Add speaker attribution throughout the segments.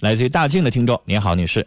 Speaker 1: 来自于大庆的听众，您好，女士。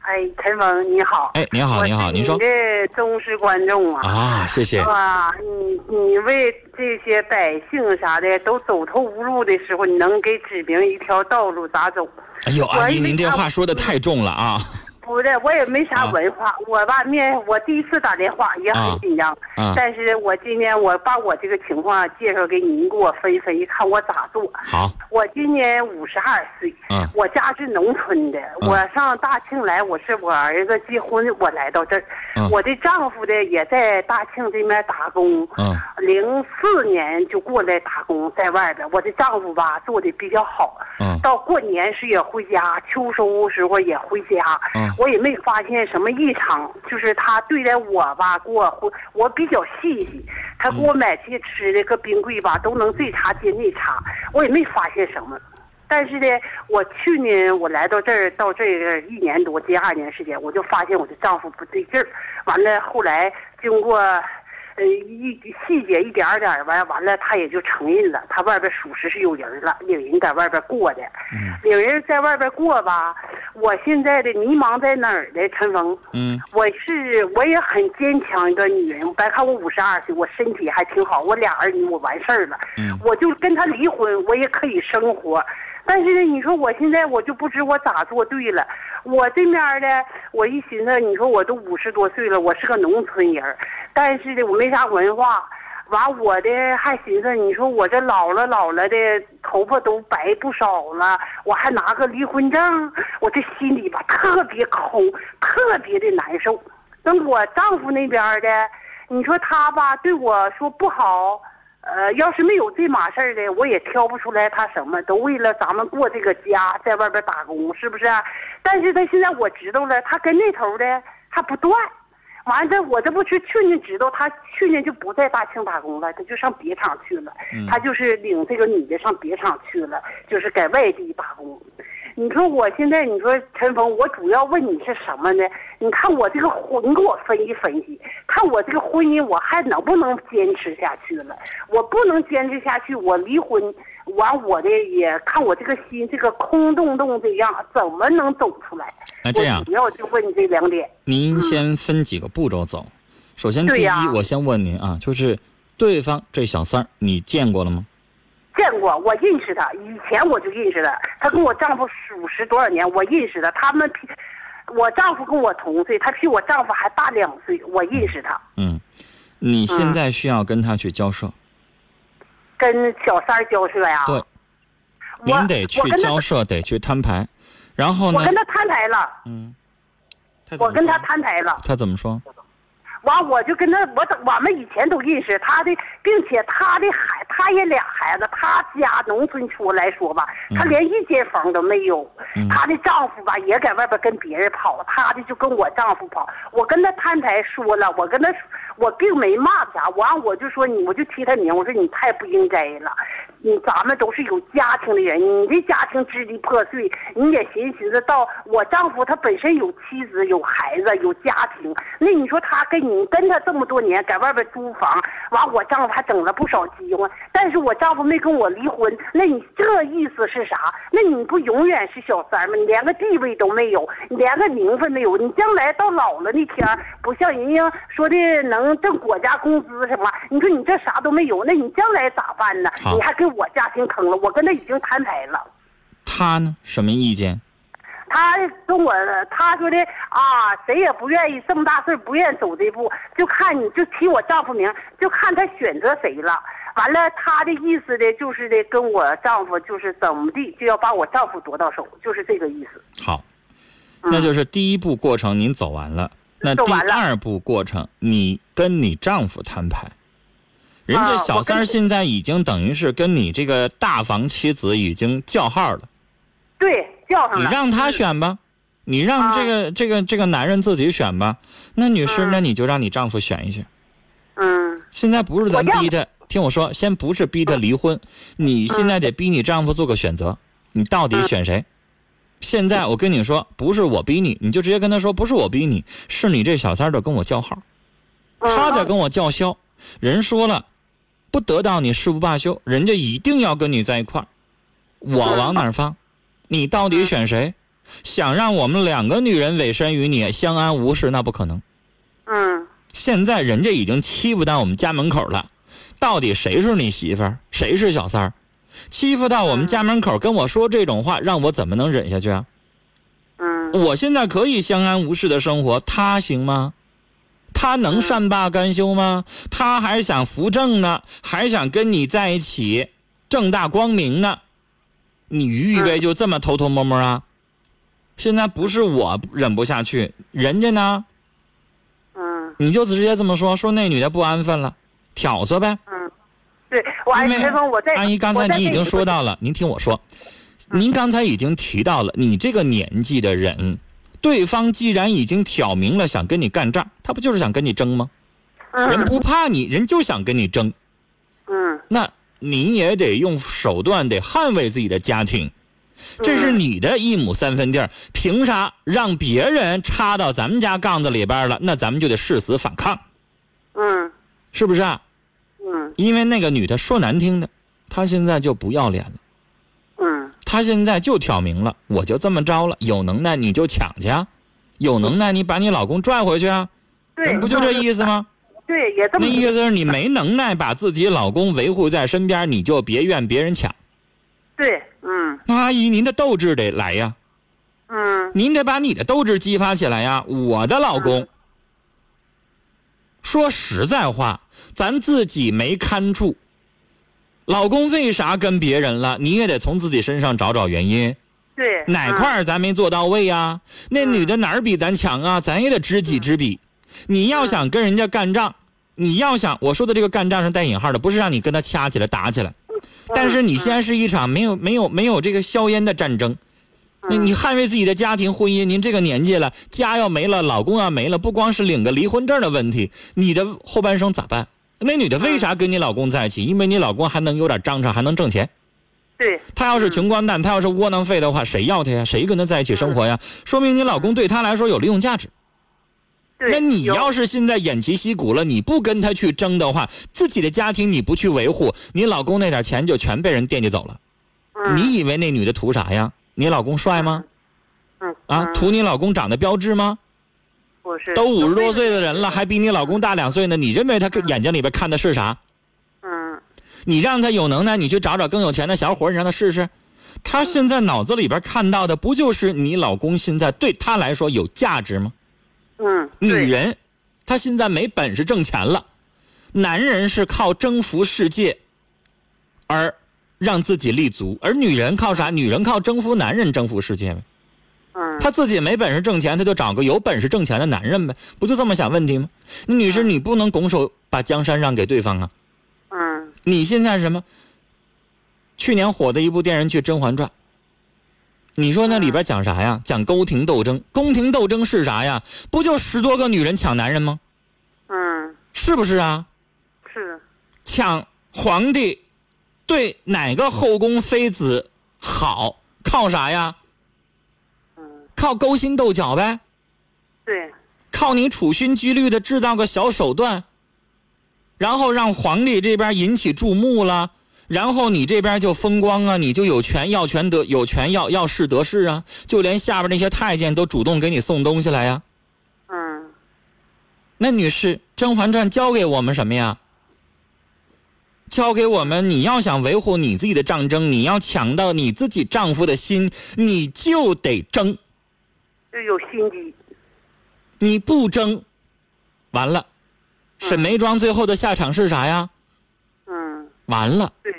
Speaker 2: 哎，陈峰你好。
Speaker 1: 哎，您好，您好，您说
Speaker 2: 我是你的忠实观众啊。
Speaker 1: 啊，谢谢。
Speaker 2: 哇，你你为这些百姓啥的都走投无路的时候，你能给指明一条道路咋走？
Speaker 1: 哎呦，阿姨，
Speaker 2: 我以为
Speaker 1: 您这
Speaker 2: 他
Speaker 1: 话说的太重了啊！
Speaker 2: 不是，我也没啥
Speaker 1: 啊
Speaker 2: 文化，我吧面我第一次打电话也
Speaker 1: 啊
Speaker 2: 很紧张，
Speaker 1: 啊
Speaker 2: 但是我今天我把我这个情况介绍给您，给我分析看我咋做。
Speaker 1: 好，
Speaker 2: 我今年五十二岁，
Speaker 1: 嗯
Speaker 2: 我家是农村的，
Speaker 1: 嗯
Speaker 2: 我上大庆来，我是我儿子结婚，我来到这儿，
Speaker 1: 嗯
Speaker 2: 我的丈夫呢也在大庆这边打工，
Speaker 1: 嗯
Speaker 2: 零四年就过来打工，在外边，我的丈夫吧做的比较好，
Speaker 1: 嗯
Speaker 2: 到过年时也回家，秋收时候也回家，
Speaker 1: 嗯
Speaker 2: 我也没发现什么异常，就是他对待我吧，给我回我比较细心，他给我买这些吃的搁冰柜吧都能最查监内查，我也没发现什么。但是呢，我去年我来到这儿，到这个一年多，近二年时间，我就发现我的丈夫不对劲儿。完了，后来经过，呃，一细节一点儿点儿完，完了他也就承认了，他外边属实是有人了，有人在外边过的。有人在外边过吧，我现在的迷茫在哪儿呢？陈峰，
Speaker 1: 嗯
Speaker 2: 我是我也很坚强一个女人，白看我五十二岁，我身体还挺好，我俩儿女我完事儿了，
Speaker 1: 嗯
Speaker 2: 我就跟他离婚，我也可以生活。但是呢，你说我现在我就不知我咋做对了。我这面儿呢，我一寻思，你说我都五十多岁了，我是个农村人儿，但是呢，我没啥文化。完，我的还寻思，你说我这老了老了的，头发都白不少了，我还拿个离婚证，我这心里吧特别空，特别的难受。那我丈夫那边儿的，你说他吧对我说不好，呃，要是没有这码事儿的，我也挑不出来他什么，都为了咱们过这个家，在外边打工，是不是啊、但是他现在我知道了，他跟那头的他不断，完了这我这不是去年知道，他去年就不在大庆打工了，他就上别厂去了，他就是领这个女的上别厂去了，就是在外地打工。你说我现在，你说陈峰，我主要问你是什么呢？你看我这个婚，你给我分析分析，看我这个婚姻我还能不能坚持下去了？我不能坚持下去，我离婚，完我的也看我这个心这个空洞洞这样，怎么能走出来？
Speaker 1: 那这样
Speaker 2: 我主要就问你这两点。
Speaker 1: 您先分几个步骤走。首先，第
Speaker 2: 对
Speaker 1: 一
Speaker 2: 呀，
Speaker 1: 我先问您啊，就是对方这小三儿，你见过了吗？
Speaker 2: 见过，我认识他，以前我就认识他。他跟我丈夫属实多少年，我认识他。他们比我丈夫跟我同岁，他比我丈夫还大两岁，我认识他。
Speaker 1: 嗯，你
Speaker 2: 嗯
Speaker 1: 现在需要跟他去交涉，
Speaker 2: 啊跟小三儿交涉呀、
Speaker 1: 对，
Speaker 2: 我
Speaker 1: 您得去
Speaker 2: 我跟他
Speaker 1: 交涉，得去摊牌。然后呢
Speaker 2: 我，跟他摊牌了，
Speaker 1: 嗯，
Speaker 2: 我跟他摊牌了。
Speaker 1: 他怎么说？
Speaker 2: 完，我就跟他，我都我们以前都认识他的，并且他的孩，他也俩孩子，他家农村出来说吧，他连一间房都没有。
Speaker 1: 嗯
Speaker 2: 他的丈夫吧也在外边跟别人跑，他的就跟我丈夫跑。我跟他摊牌说了，我跟他说，我并没骂他，完我就说你，我就提他名，我说你太不应该了。你咱们都是有家庭的人，你这家庭支离破碎，你也寻思寻思到我丈夫他本身有妻子、有孩子、有家庭，那你说他跟你跟他这么多年，在外边租房，完我丈夫还整了不少机会，但是我丈夫没跟我离婚，那你这意思是啥？那你不永远是小三儿吗？你连个地位都没有，你连个名分没有，你将来到老了那天儿，不像人家说的能挣国家工资什么，你说你这啥都没有，那你将来咋办呢？
Speaker 1: 好
Speaker 2: 你还给我家庭坑了，我跟他已经摊牌了。
Speaker 1: 他呢？什么意见？
Speaker 2: 他跟我他说的啊，谁也不愿意这么大岁儿不愿意走这步，就看你就提我丈夫名，就看他选择谁了。完了，他的意思的就是的，跟我丈夫就是怎么地，就要把我丈夫夺到手，就是这个意思。
Speaker 1: 好，那就是第一步过程您走完了，那
Speaker 2: 嗯走
Speaker 1: 第
Speaker 2: 完了
Speaker 1: 二步过程你跟你丈夫摊牌。人家
Speaker 2: 啊
Speaker 1: 小
Speaker 2: 我跟
Speaker 1: 三儿
Speaker 2: 你
Speaker 1: 现在已经等于是跟你这个大房妻子已经叫号了，
Speaker 2: 对，叫上
Speaker 1: 你
Speaker 2: 了。
Speaker 1: 让他选吧，你让这
Speaker 2: 啊
Speaker 1: 个、这个这个男人自己选吧。那女士，那你就让你丈夫选一选。
Speaker 2: 嗯，
Speaker 1: 现在不是咱
Speaker 2: 我让
Speaker 1: 逼他，听我说，先不是逼他离婚，你现在得逼你丈夫做个选择，你到底选谁？现在我跟你说，不是我逼你，你就直接跟他说，不是我逼你，是你这小三儿的跟我叫号，
Speaker 2: 嗯
Speaker 1: 他在跟我叫嚣，人说了，不得到你誓不罢休，人家一定要跟你在一块儿，我往哪儿放？你到底选谁？想让我们两个女人委身于你，相安无事，那不可能。
Speaker 2: 嗯
Speaker 1: 现在人家已经欺负到我们家门口了，到底谁是你媳妇儿，谁是小三儿？欺负到我们家门口跟我说这种话，让我怎么能忍下去啊？
Speaker 2: 嗯
Speaker 1: 我现在可以相安无事的生活，他行吗？他能善罢甘休吗？他还想扶正呢，还想跟你在一起，正大光明呢。你预备就这么偷偷摸摸啊？现在不是我忍不下去，人家呢？
Speaker 2: 嗯
Speaker 1: 你就直接这么说，说那女的不安分了，挑唆呗。
Speaker 2: 嗯，对，我阿姨
Speaker 1: 因为
Speaker 2: 陈峰，我再
Speaker 1: 阿姨，刚才
Speaker 2: 我再
Speaker 1: 您已
Speaker 2: 跟
Speaker 1: 经
Speaker 2: 你
Speaker 1: 说到了，您听我说，
Speaker 2: 嗯
Speaker 1: 您刚才已经提到了，你这个年纪的人，对方既然已经挑明了想跟你干仗，他不就是想跟你争吗？人
Speaker 2: 嗯
Speaker 1: 不怕你，人就想跟你争，
Speaker 2: 嗯，
Speaker 1: 那你也得用手段得捍卫自己的家
Speaker 2: 嗯
Speaker 1: 庭，这是你的一亩三分地儿，凭啥让别人插到咱们家杠子里边了？那咱们就得誓死反抗，
Speaker 2: 嗯
Speaker 1: 是不是啊？
Speaker 2: 嗯
Speaker 1: 因为那个女的说难听的，她现在就不要脸了。
Speaker 2: 嗯
Speaker 1: 他现在就挑明了，我就这么着了，有能耐你就抢去啊，有能耐你把你老公拽回去啊，
Speaker 2: 对，
Speaker 1: 不就这意
Speaker 2: 思？
Speaker 1: 思吗？
Speaker 2: 对，也这
Speaker 1: 那
Speaker 2: 么
Speaker 1: 意思是你没能耐把自己老公维护在身边，你就别怨别人抢。
Speaker 2: 对，嗯
Speaker 1: 那阿姨，您的斗志得来呀，
Speaker 2: 嗯
Speaker 1: 您得把你的斗志激发起来呀。我的老公，说实在话，咱自己没看住，老公为啥跟别人了，你也得从自己身上找找原因。
Speaker 2: 对，嗯
Speaker 1: 哪块儿咱没做到位呀、那女的哪儿比咱强啊？咱也得知己知彼。你要想跟人家干仗，你要想我说的这个干仗是带引号的，不是让你跟他掐起来打起来。但是
Speaker 2: 嗯
Speaker 1: 你现在是一场没有没有没有这个硝烟的战争，
Speaker 2: 嗯
Speaker 1: 你你捍卫自己的家庭婚姻，您这个年纪了，家要没了，老公要没了，不光是领个离婚证的问题，你的后半生咋办？那女的
Speaker 2: 嗯
Speaker 1: 为啥跟你老公在一起？因为你老公还能有点章程，还能挣钱。
Speaker 2: 对，
Speaker 1: 他要是穷光蛋，他要是窝囊废的话，谁要他呀？谁跟他在一起生活
Speaker 2: 嗯
Speaker 1: 呀？说明你老公对他来说有利用价值。
Speaker 2: 对，
Speaker 1: 那你
Speaker 2: 有
Speaker 1: 要是现在偃旗息鼓了，你不跟他去争的话，自己的家庭你不去维护，你老公那点钱就全被人惦记走了。
Speaker 2: 嗯
Speaker 1: 你以为那女的图啥呀？你老公帅吗？
Speaker 2: 嗯
Speaker 1: 啊，
Speaker 2: 嗯
Speaker 1: 图你老公长得标致吗？
Speaker 2: 不是
Speaker 1: 都五十多岁的人了，还比你老公大两岁呢，你认为他眼睛里边看的是啥？
Speaker 2: 嗯
Speaker 1: 你让他有能耐，你去找找更有钱的小伙儿，你让他试试。他现在脑子里边看到的，不就是你老公现在对他来说有价值吗？
Speaker 2: 嗯，
Speaker 1: 女
Speaker 2: 对
Speaker 1: 人，她现在没本事挣钱了，男人是靠征服世界而让自己立足，而女人靠啥？女人靠征服男人，征服世界呗。
Speaker 2: 嗯
Speaker 1: 她自己没本事挣钱，她就找个有本事挣钱的男人呗，不就这么想问题吗？女士，你不能拱手把江山让给对方啊。
Speaker 2: 嗯
Speaker 1: 你现在是什么？去年火的一部电视剧《甄嬛传》，你说那里边讲啥呀？讲宫廷斗争。宫廷斗争是啥呀？不就十多个女人抢男人吗？
Speaker 2: 嗯
Speaker 1: 是不是啊？
Speaker 2: 是
Speaker 1: 抢皇帝，对哪个后宫妃子好？靠啥呀？
Speaker 2: 嗯
Speaker 1: 靠勾心斗角呗，
Speaker 2: 对
Speaker 1: 靠你处心积虑的制造个小手段，然后让皇帝这边引起注目了，然后你这边就风光啊，你就有权要权得有权要要势得势啊，就连下边那些太监都主动给你送东西来呀、啊
Speaker 2: 嗯
Speaker 1: 那女士，《甄嬛传》教给我们什么呀？教给我们，你要想维护你自己的战争，你要抢到你自己丈夫的心，你就得争。
Speaker 2: 就有心机
Speaker 1: 你不争，完了，沈眉庄最后的下场是啥呀？
Speaker 2: 嗯
Speaker 1: 完了，
Speaker 2: 对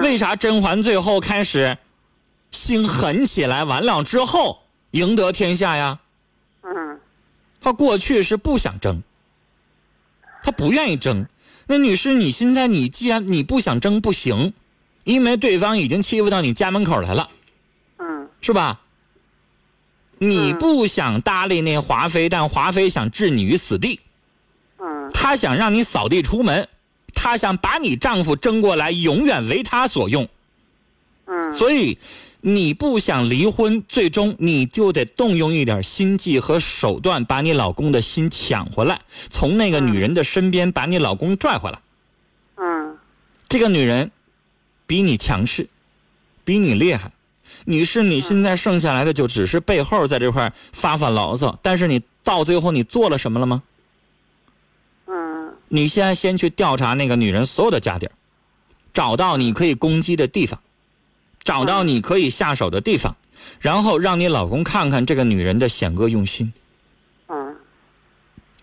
Speaker 1: 为啥甄嬛最后开始心狠起来？完了之后赢得天下呀？
Speaker 2: 嗯
Speaker 1: 她过去是不想争，她不愿意争。那女士，你现在你既然你不想争不行，因为对方已经欺负到你家门口来了，
Speaker 2: 嗯
Speaker 1: 是吧？你不想搭理那华妃，但华妃想置你于死地，
Speaker 2: 嗯
Speaker 1: 她想让你扫地出门，她想把你丈夫争过来，永远为她所用。
Speaker 2: 嗯
Speaker 1: 所以，你不想离婚，最终你就得动用一点心计和手段，把你老公的心抢回来，从那个女人的身边把你老公拽回来。
Speaker 2: 嗯
Speaker 1: 这个女人比你强势，比你厉害，你是你现在剩下来的就只是背后在这块儿发发牢骚，但是你到最后你做了什么了吗？
Speaker 2: 嗯
Speaker 1: 你现在先去调查那个女人所有的家底儿，找到你可以攻击的地方，找到你可以下手的地方，然后让你老公看看这个女人的险恶用心。
Speaker 2: 嗯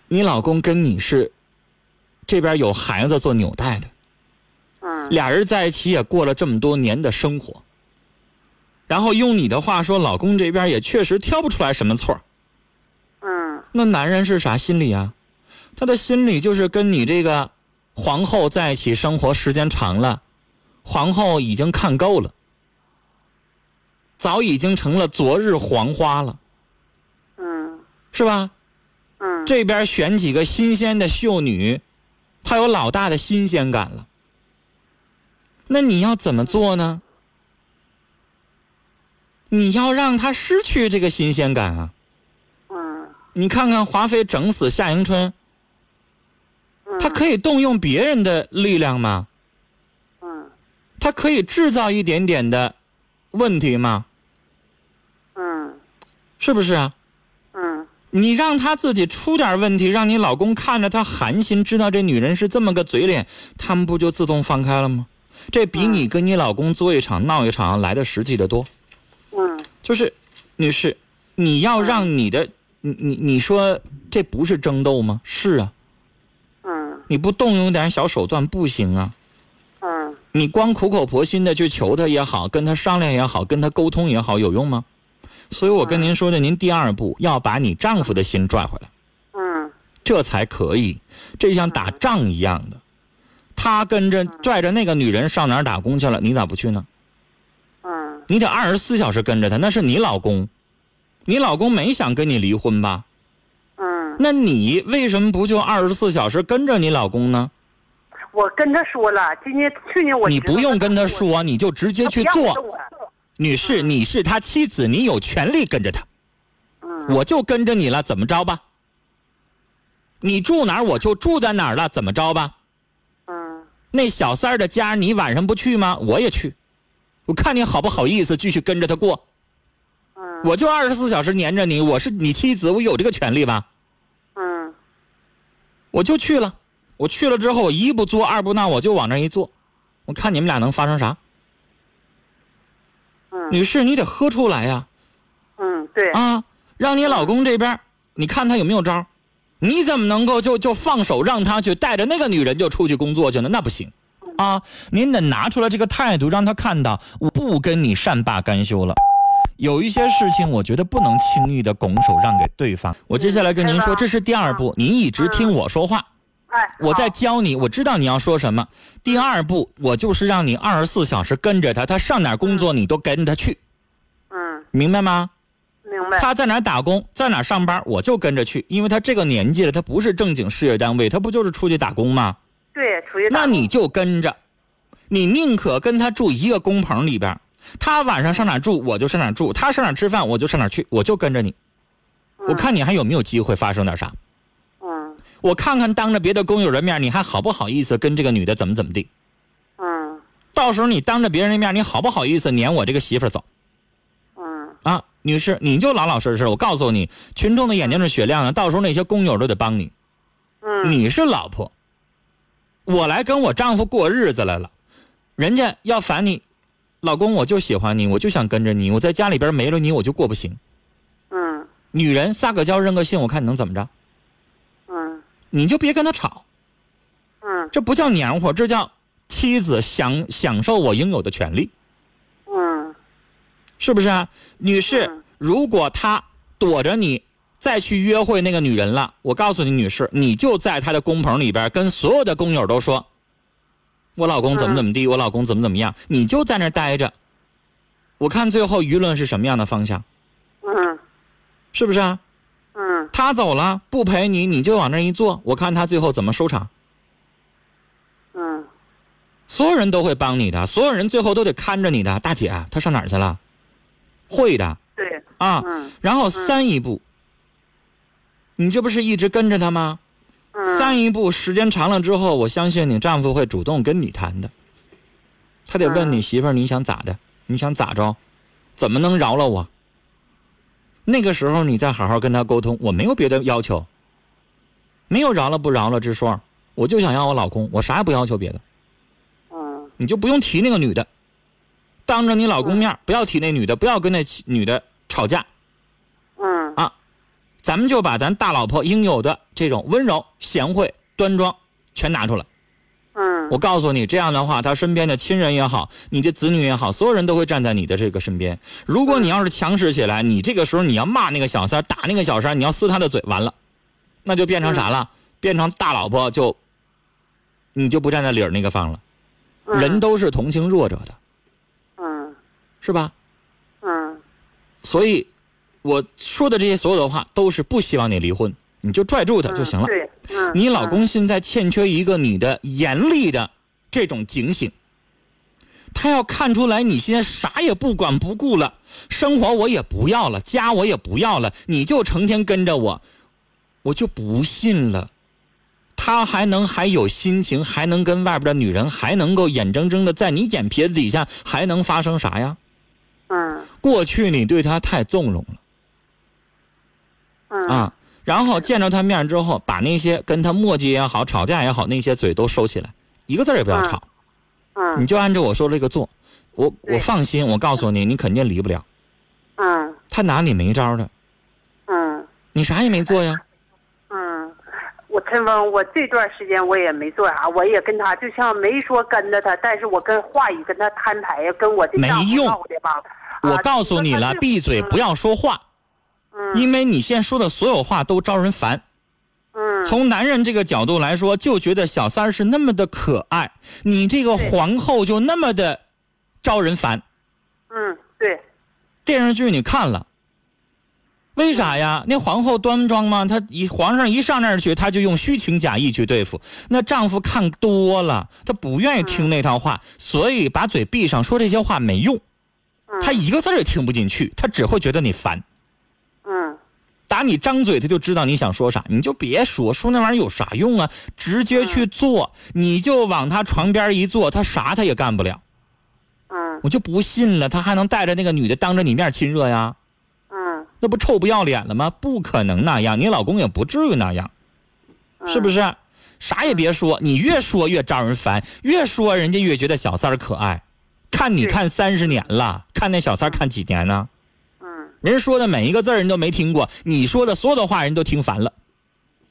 Speaker 1: 你老公跟你是这边有孩子做纽带的，
Speaker 2: 嗯
Speaker 1: 俩人在一起也过了这么多年的生活，然后用你的话说，老公这边也确实挑不出来什么错儿
Speaker 2: 嗯
Speaker 1: 那男人是啥心理啊？他的心理就是跟你这个皇后在一起生活时间长了，皇后已经看够了，早已经成了昨日黄花了，
Speaker 2: 嗯
Speaker 1: 是吧？
Speaker 2: 嗯，
Speaker 1: 这边选几个新鲜的秀女，她有老大的新鲜感了。那你要怎么做呢？你要让她失去这个新鲜感啊！
Speaker 2: 嗯
Speaker 1: 你看看华妃整死夏迎春，
Speaker 2: 嗯
Speaker 1: 她可以动用别人的力量吗？
Speaker 2: 嗯
Speaker 1: 她可以制造一点点的问题吗？
Speaker 2: 嗯
Speaker 1: 是不是啊？
Speaker 2: 嗯
Speaker 1: 你让她自己出点问题，让你老公看着她寒心，知道这女人是这么个嘴脸，他们不就自动放开了吗？这比你跟你老公作一场闹一场来的实际的多。
Speaker 2: 嗯
Speaker 1: 就是，女士，你要让你的，你你你说这不是争斗吗？是啊，
Speaker 2: 嗯
Speaker 1: 你不动用点小手段不行啊。
Speaker 2: 嗯
Speaker 1: 你光苦口婆心的去求他也好，跟他商量也好，跟他沟通也好，有用吗？所以我跟您说的，您第二步要把你丈夫的心拽回来，
Speaker 2: 嗯
Speaker 1: 这才可以。这像打仗一样的，他跟着拽着那个女人上哪儿打工去了，你咋不去呢？
Speaker 2: 嗯
Speaker 1: 你得二十四小时跟着他，那是你老公，你老公没想跟你离婚吧？
Speaker 2: 嗯，
Speaker 1: 那你为什么不就二十四小时跟着你老公呢？
Speaker 2: 我跟他说了，今年去年我
Speaker 1: 你不用跟他
Speaker 2: 他
Speaker 1: 说，你就直接
Speaker 2: 不
Speaker 1: 去
Speaker 2: 要
Speaker 1: 做。
Speaker 2: 动我
Speaker 1: 女士，你是他妻子，你有权利跟着他。
Speaker 2: 嗯
Speaker 1: 我就跟着你了，怎么着吧？你住哪儿我就住在哪儿了，怎么着吧？
Speaker 2: 嗯
Speaker 1: 那小三儿的家你晚上不去吗？我也去，我看你好不好意思继续跟着他过。
Speaker 2: 嗯
Speaker 1: 我就二十四小时黏着你，我是你妻子，我有这个权利吧？
Speaker 2: 嗯
Speaker 1: 我就去了，我去了之后，我一不作二不闹，我就往那儿一坐，我看你们俩能发生啥？
Speaker 2: 嗯
Speaker 1: 女士，你得喝出来呀、
Speaker 2: 嗯，对，
Speaker 1: 啊，让你老公这边儿，你看他有没有招儿？你怎么能够就就放手让他去带着那个女人就出去工作去呢？那不行，啊，您得拿出来这个态度，让他看到我不跟你善罢甘休了。有一些事情，我觉得不能轻易的拱手让给对方。我接下来跟您
Speaker 2: 是
Speaker 1: 说，
Speaker 2: 吧
Speaker 1: 这是第二步，您一直听我说话，
Speaker 2: 哎，
Speaker 1: 我
Speaker 2: 好
Speaker 1: 在教你，我知道你要说什么。第二步，我就是让你二十四小时跟着他，他上哪儿工作你都跟着他去，
Speaker 2: 嗯，
Speaker 1: 明白吗？
Speaker 2: 明白，
Speaker 1: 他在哪儿打工，在哪儿上班，我就跟着去，因为他这个年纪了，他不是正经事业单位，他不就是出去打工吗？
Speaker 2: 对，出去打
Speaker 1: 那
Speaker 2: 工
Speaker 1: 你就跟着，你宁可跟他住一个工棚里边儿，他晚上上哪儿住我就上哪儿住，他上哪儿吃饭我就上哪儿去，我就跟着你，我看你还有没有机会发生点啥，
Speaker 2: 嗯
Speaker 1: 我看看当着别的工友人面你还好不好意思跟这个女的怎么怎么地，
Speaker 2: 嗯
Speaker 1: 到时候你当着别人的面你好不好意思撵我这个媳妇儿走？
Speaker 2: 嗯
Speaker 1: 啊，女士，你就老老实实。我告诉你，群众的眼睛是雪亮的，到时候那些工友都得帮你。
Speaker 2: 嗯
Speaker 1: 你是老婆，我来跟我丈夫过日子来了，人家要烦你，老公，我就喜欢你，我就想跟着你，我在家里边没了你我就过不行。
Speaker 2: 嗯
Speaker 1: 女人撒个娇认个性，我看你能怎么着？
Speaker 2: 嗯
Speaker 1: 你就别跟他吵，
Speaker 2: 嗯
Speaker 1: 这不叫黏糊，这叫妻子享享受我应有的权利，
Speaker 2: 嗯
Speaker 1: 是不是啊？女士
Speaker 2: 嗯，
Speaker 1: 如果他躲着你。再去约会那个女人了，我告诉你，女士，你就在他的工棚里边跟所有的工友都说，我老公怎么怎么地，我老公怎么怎么样，你就在那儿待着，我看最后舆论是什么样的方向，
Speaker 2: 嗯
Speaker 1: 是不是啊？
Speaker 2: 嗯
Speaker 1: 他走了不陪你，你就往那儿一坐，我看他最后怎么收场。
Speaker 2: 嗯
Speaker 1: 所有人都会帮你的，所有人最后都得看着你的，大姐，他上哪儿去了？会的
Speaker 2: 对，
Speaker 1: 啊。
Speaker 2: 嗯
Speaker 1: 然后三一步，你这不是一直跟着他吗？
Speaker 2: 嗯
Speaker 1: 三一步时间长了之后，我相信你丈夫会主动跟你谈的。他得问你媳妇儿，你想咋的？你想咋着？怎么能饶了我？那个时候你再好好跟他沟通，我没有别的要求，没有饶了不饶了之说，我就想要我老公，我啥也不要求别的，
Speaker 2: 嗯
Speaker 1: 你就不用提那个女的，当着你老公面儿不要提那女的，不要跟那女的吵架，
Speaker 2: 嗯
Speaker 1: 咱们就把咱大老婆应有的这种温柔、贤惠、端庄全拿出来。
Speaker 2: 嗯
Speaker 1: 我告诉你，这样的话，他身边的亲人也好，你的子女也好，所有人都会站在你的这个身边。如果你要是强势起来，你这个时候你要骂那个小三儿，打那个小三儿，你要撕他的嘴，完了，那就变成啥了？变成大老婆就，你就不站在理儿那个方了。
Speaker 2: 嗯
Speaker 1: 人都是同情弱者的，
Speaker 2: 嗯
Speaker 1: 是吧？
Speaker 2: 嗯
Speaker 1: 所以，我说的这些所有的话，都是不希望你离婚，你就拽住他就行了。
Speaker 2: 对，嗯，
Speaker 1: 你老公现在欠缺一个你的严厉的这种警醒，他要看出来你现在啥也不管不顾了，生活我也不要了，家我也不要了，你就成天跟着我，我就不信了。他还能还有心情，还能跟外边的女人，还能够眼睁睁的在你眼皮子底下，还能发生啥呀？
Speaker 2: 嗯
Speaker 1: 过去你对他太纵容了。
Speaker 2: 嗯
Speaker 1: 啊，然后见着他面之后，把那些跟他磨叽也好、吵架也好，那些嘴都收起来，一个字儿也不要吵，
Speaker 2: 嗯
Speaker 1: 你就按照我说这个做。我我
Speaker 2: 对
Speaker 1: 放心，我告诉你，你肯定离不了，
Speaker 2: 嗯
Speaker 1: 他拿你没招儿的，
Speaker 2: 嗯。
Speaker 1: 你啥也没做呀。
Speaker 2: 嗯，我陈峰，我这段时间我也没做啥，我也跟他就像没说跟着他，但是我跟话语跟他摊牌呀，跟我这
Speaker 1: 没
Speaker 2: 丈夫
Speaker 1: 用
Speaker 2: 闹的吧。啊
Speaker 1: 我告诉你了，闭嘴，
Speaker 2: 嗯
Speaker 1: 不。要说话，因为你现在说的所有话都招人烦。
Speaker 2: 嗯
Speaker 1: 从男人这个角度来说，就觉得小三儿是那么的可爱，你这个
Speaker 2: 对
Speaker 1: 皇后就那么的招人烦。
Speaker 2: 嗯，对，
Speaker 1: 电视剧你看了，为啥呀？那皇后端庄吗？她一皇上一上那儿去，她就用虚情假意去对付。那丈夫看多了，他不愿意听那套话，所以把嘴闭上，说这些话没用。
Speaker 2: 嗯
Speaker 1: 他一个字儿也听不进去，他只会觉得你烦。
Speaker 2: 嗯
Speaker 1: 打你张嘴，他就知道你想说啥，你就别说，说那玩意儿有啥用啊？直接去做，你就往他床边一坐，他啥他也干不了。
Speaker 2: 嗯
Speaker 1: 我就不信了，他还能带着那个女的当着你面亲热呀？
Speaker 2: 嗯，
Speaker 1: 那不臭不要脸了吗？不可能那样，你老公也不至于那样，
Speaker 2: 嗯
Speaker 1: 是不？是？啥也别说，你越说越招人烦，越说人家越觉得小三儿可爱。看你
Speaker 2: 是
Speaker 1: 看三十年了，看那小三儿看几年呢？
Speaker 2: 嗯，
Speaker 1: 人说的每一个字儿人都没听过，你说的所有的话人都听烦了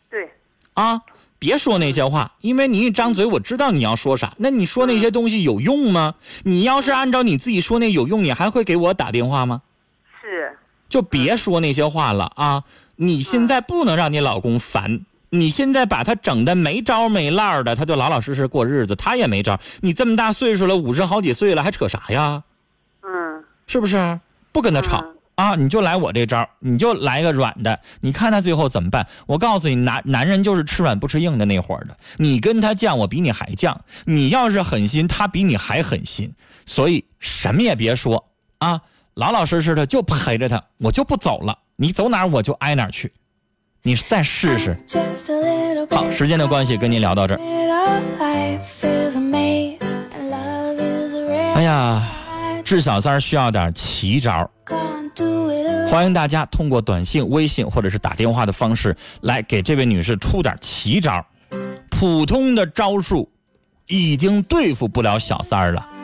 Speaker 2: 对，
Speaker 1: 啊！别说那些话，
Speaker 2: 嗯
Speaker 1: 因为你一张嘴，我知道你要说啥。那你说那些东西有用吗？你要是按照你自己说那有用，你还会给我打电话吗？
Speaker 2: 是，
Speaker 1: 就别说那些话了啊！你现在不能让你老公烦，你现在把他整的没招没落儿的，他就老老实实过日子，他也没招儿。你这么大岁数了，五十好几岁了，还扯啥呀？
Speaker 2: 嗯，
Speaker 1: 是不是？不跟他吵。
Speaker 2: 嗯
Speaker 1: 啊，你就来我这招儿，你就来个软的，你看他最后怎么办？我告诉你，男男人就是吃软不吃硬的那伙儿的。你跟他犟，我比你还犟；你要是狠心，他比你还狠心。所以什么也别说啊，老老实实的就陪着他，我就不走了。你走哪儿我就挨哪儿去，你再试试。
Speaker 3: 好，时间的关系，跟您聊到这儿。
Speaker 1: 哎
Speaker 3: 哎呀，
Speaker 1: 呀，治小三儿需要点儿奇招儿。
Speaker 3: 欢
Speaker 1: 欢迎大家通过短信、微信或者是打电话的方式来给这位女士出点奇招。普通的招数已经对付不了小三儿了，我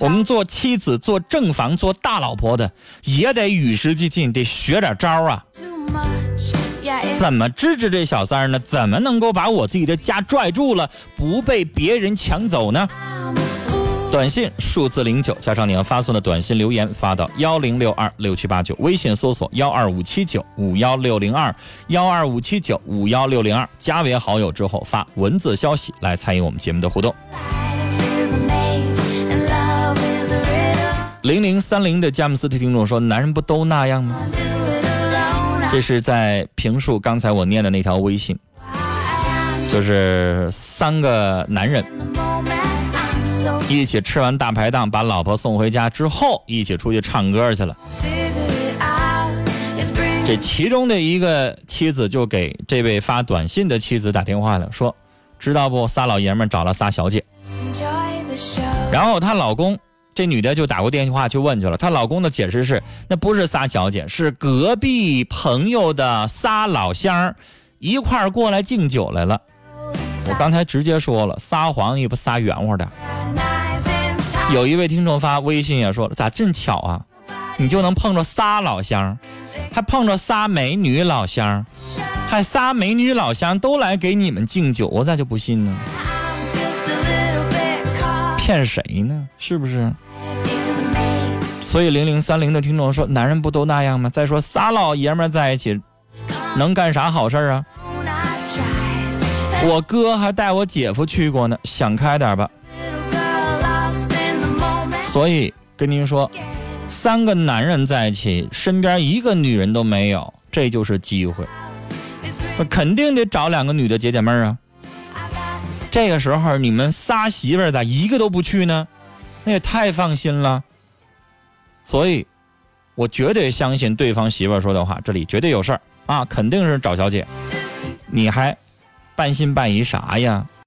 Speaker 3: 我们
Speaker 1: 们做妻子、做正房、做大老婆的也得与时俱进，得学点招啊！怎么支持这小三儿呢？怎么能够把我自己的家拽住了，不被别人抢走呢？短信数字零九加上你要发送的短信留言发到幺零六二六七八九，微信搜索幺二五七九五幺六零二幺二五七九五幺六零二，加为好友之后发文字消息来参与我们节目的互动。零零三零的詹姆斯特听众说：“男人不都那样吗？”这是在评述刚才我念的那条微信，就是三个男人一起吃完大排档，把老婆送回家之后，一起出去唱歌去了。这其中的一个妻子就给这位发短信的妻子打电话了，说：“知道不？仨老爷们儿找了仨小姐。”
Speaker 3: 这，然后
Speaker 1: 然后她老公，这女的就打过电话去问去了，她老公的解释是，那不是仨小姐，是隔壁朋友的仨老乡儿一块儿过来敬酒来了。我
Speaker 3: 我
Speaker 1: 刚
Speaker 3: 刚
Speaker 1: 才直接说了，撒谎也不撒圆乎的。有一位听众发微信也说了，咋真巧啊？你就能碰着仨老乡儿，还碰着仨美女老乡儿，还仨美女老乡都来给你们敬酒，我咋就不信呢？骗谁呢？是不是？所以零零三零的听众说，男人不都那样吗？再说仨老爷们儿在一起能干啥好事儿啊？我哥还带我姐夫去过呢，想开点吧。所以跟您说，三个男人在一起，身边一个女人都没有，这就是机会。那肯定得找两个女的解解闷儿啊。这个时候你们仨媳妇儿咋一个都不去呢？那也太放心了。所以，我绝对相信对方媳妇儿说的话，这里绝对有事儿啊，肯定是找小姐。你还半信半疑啥呀？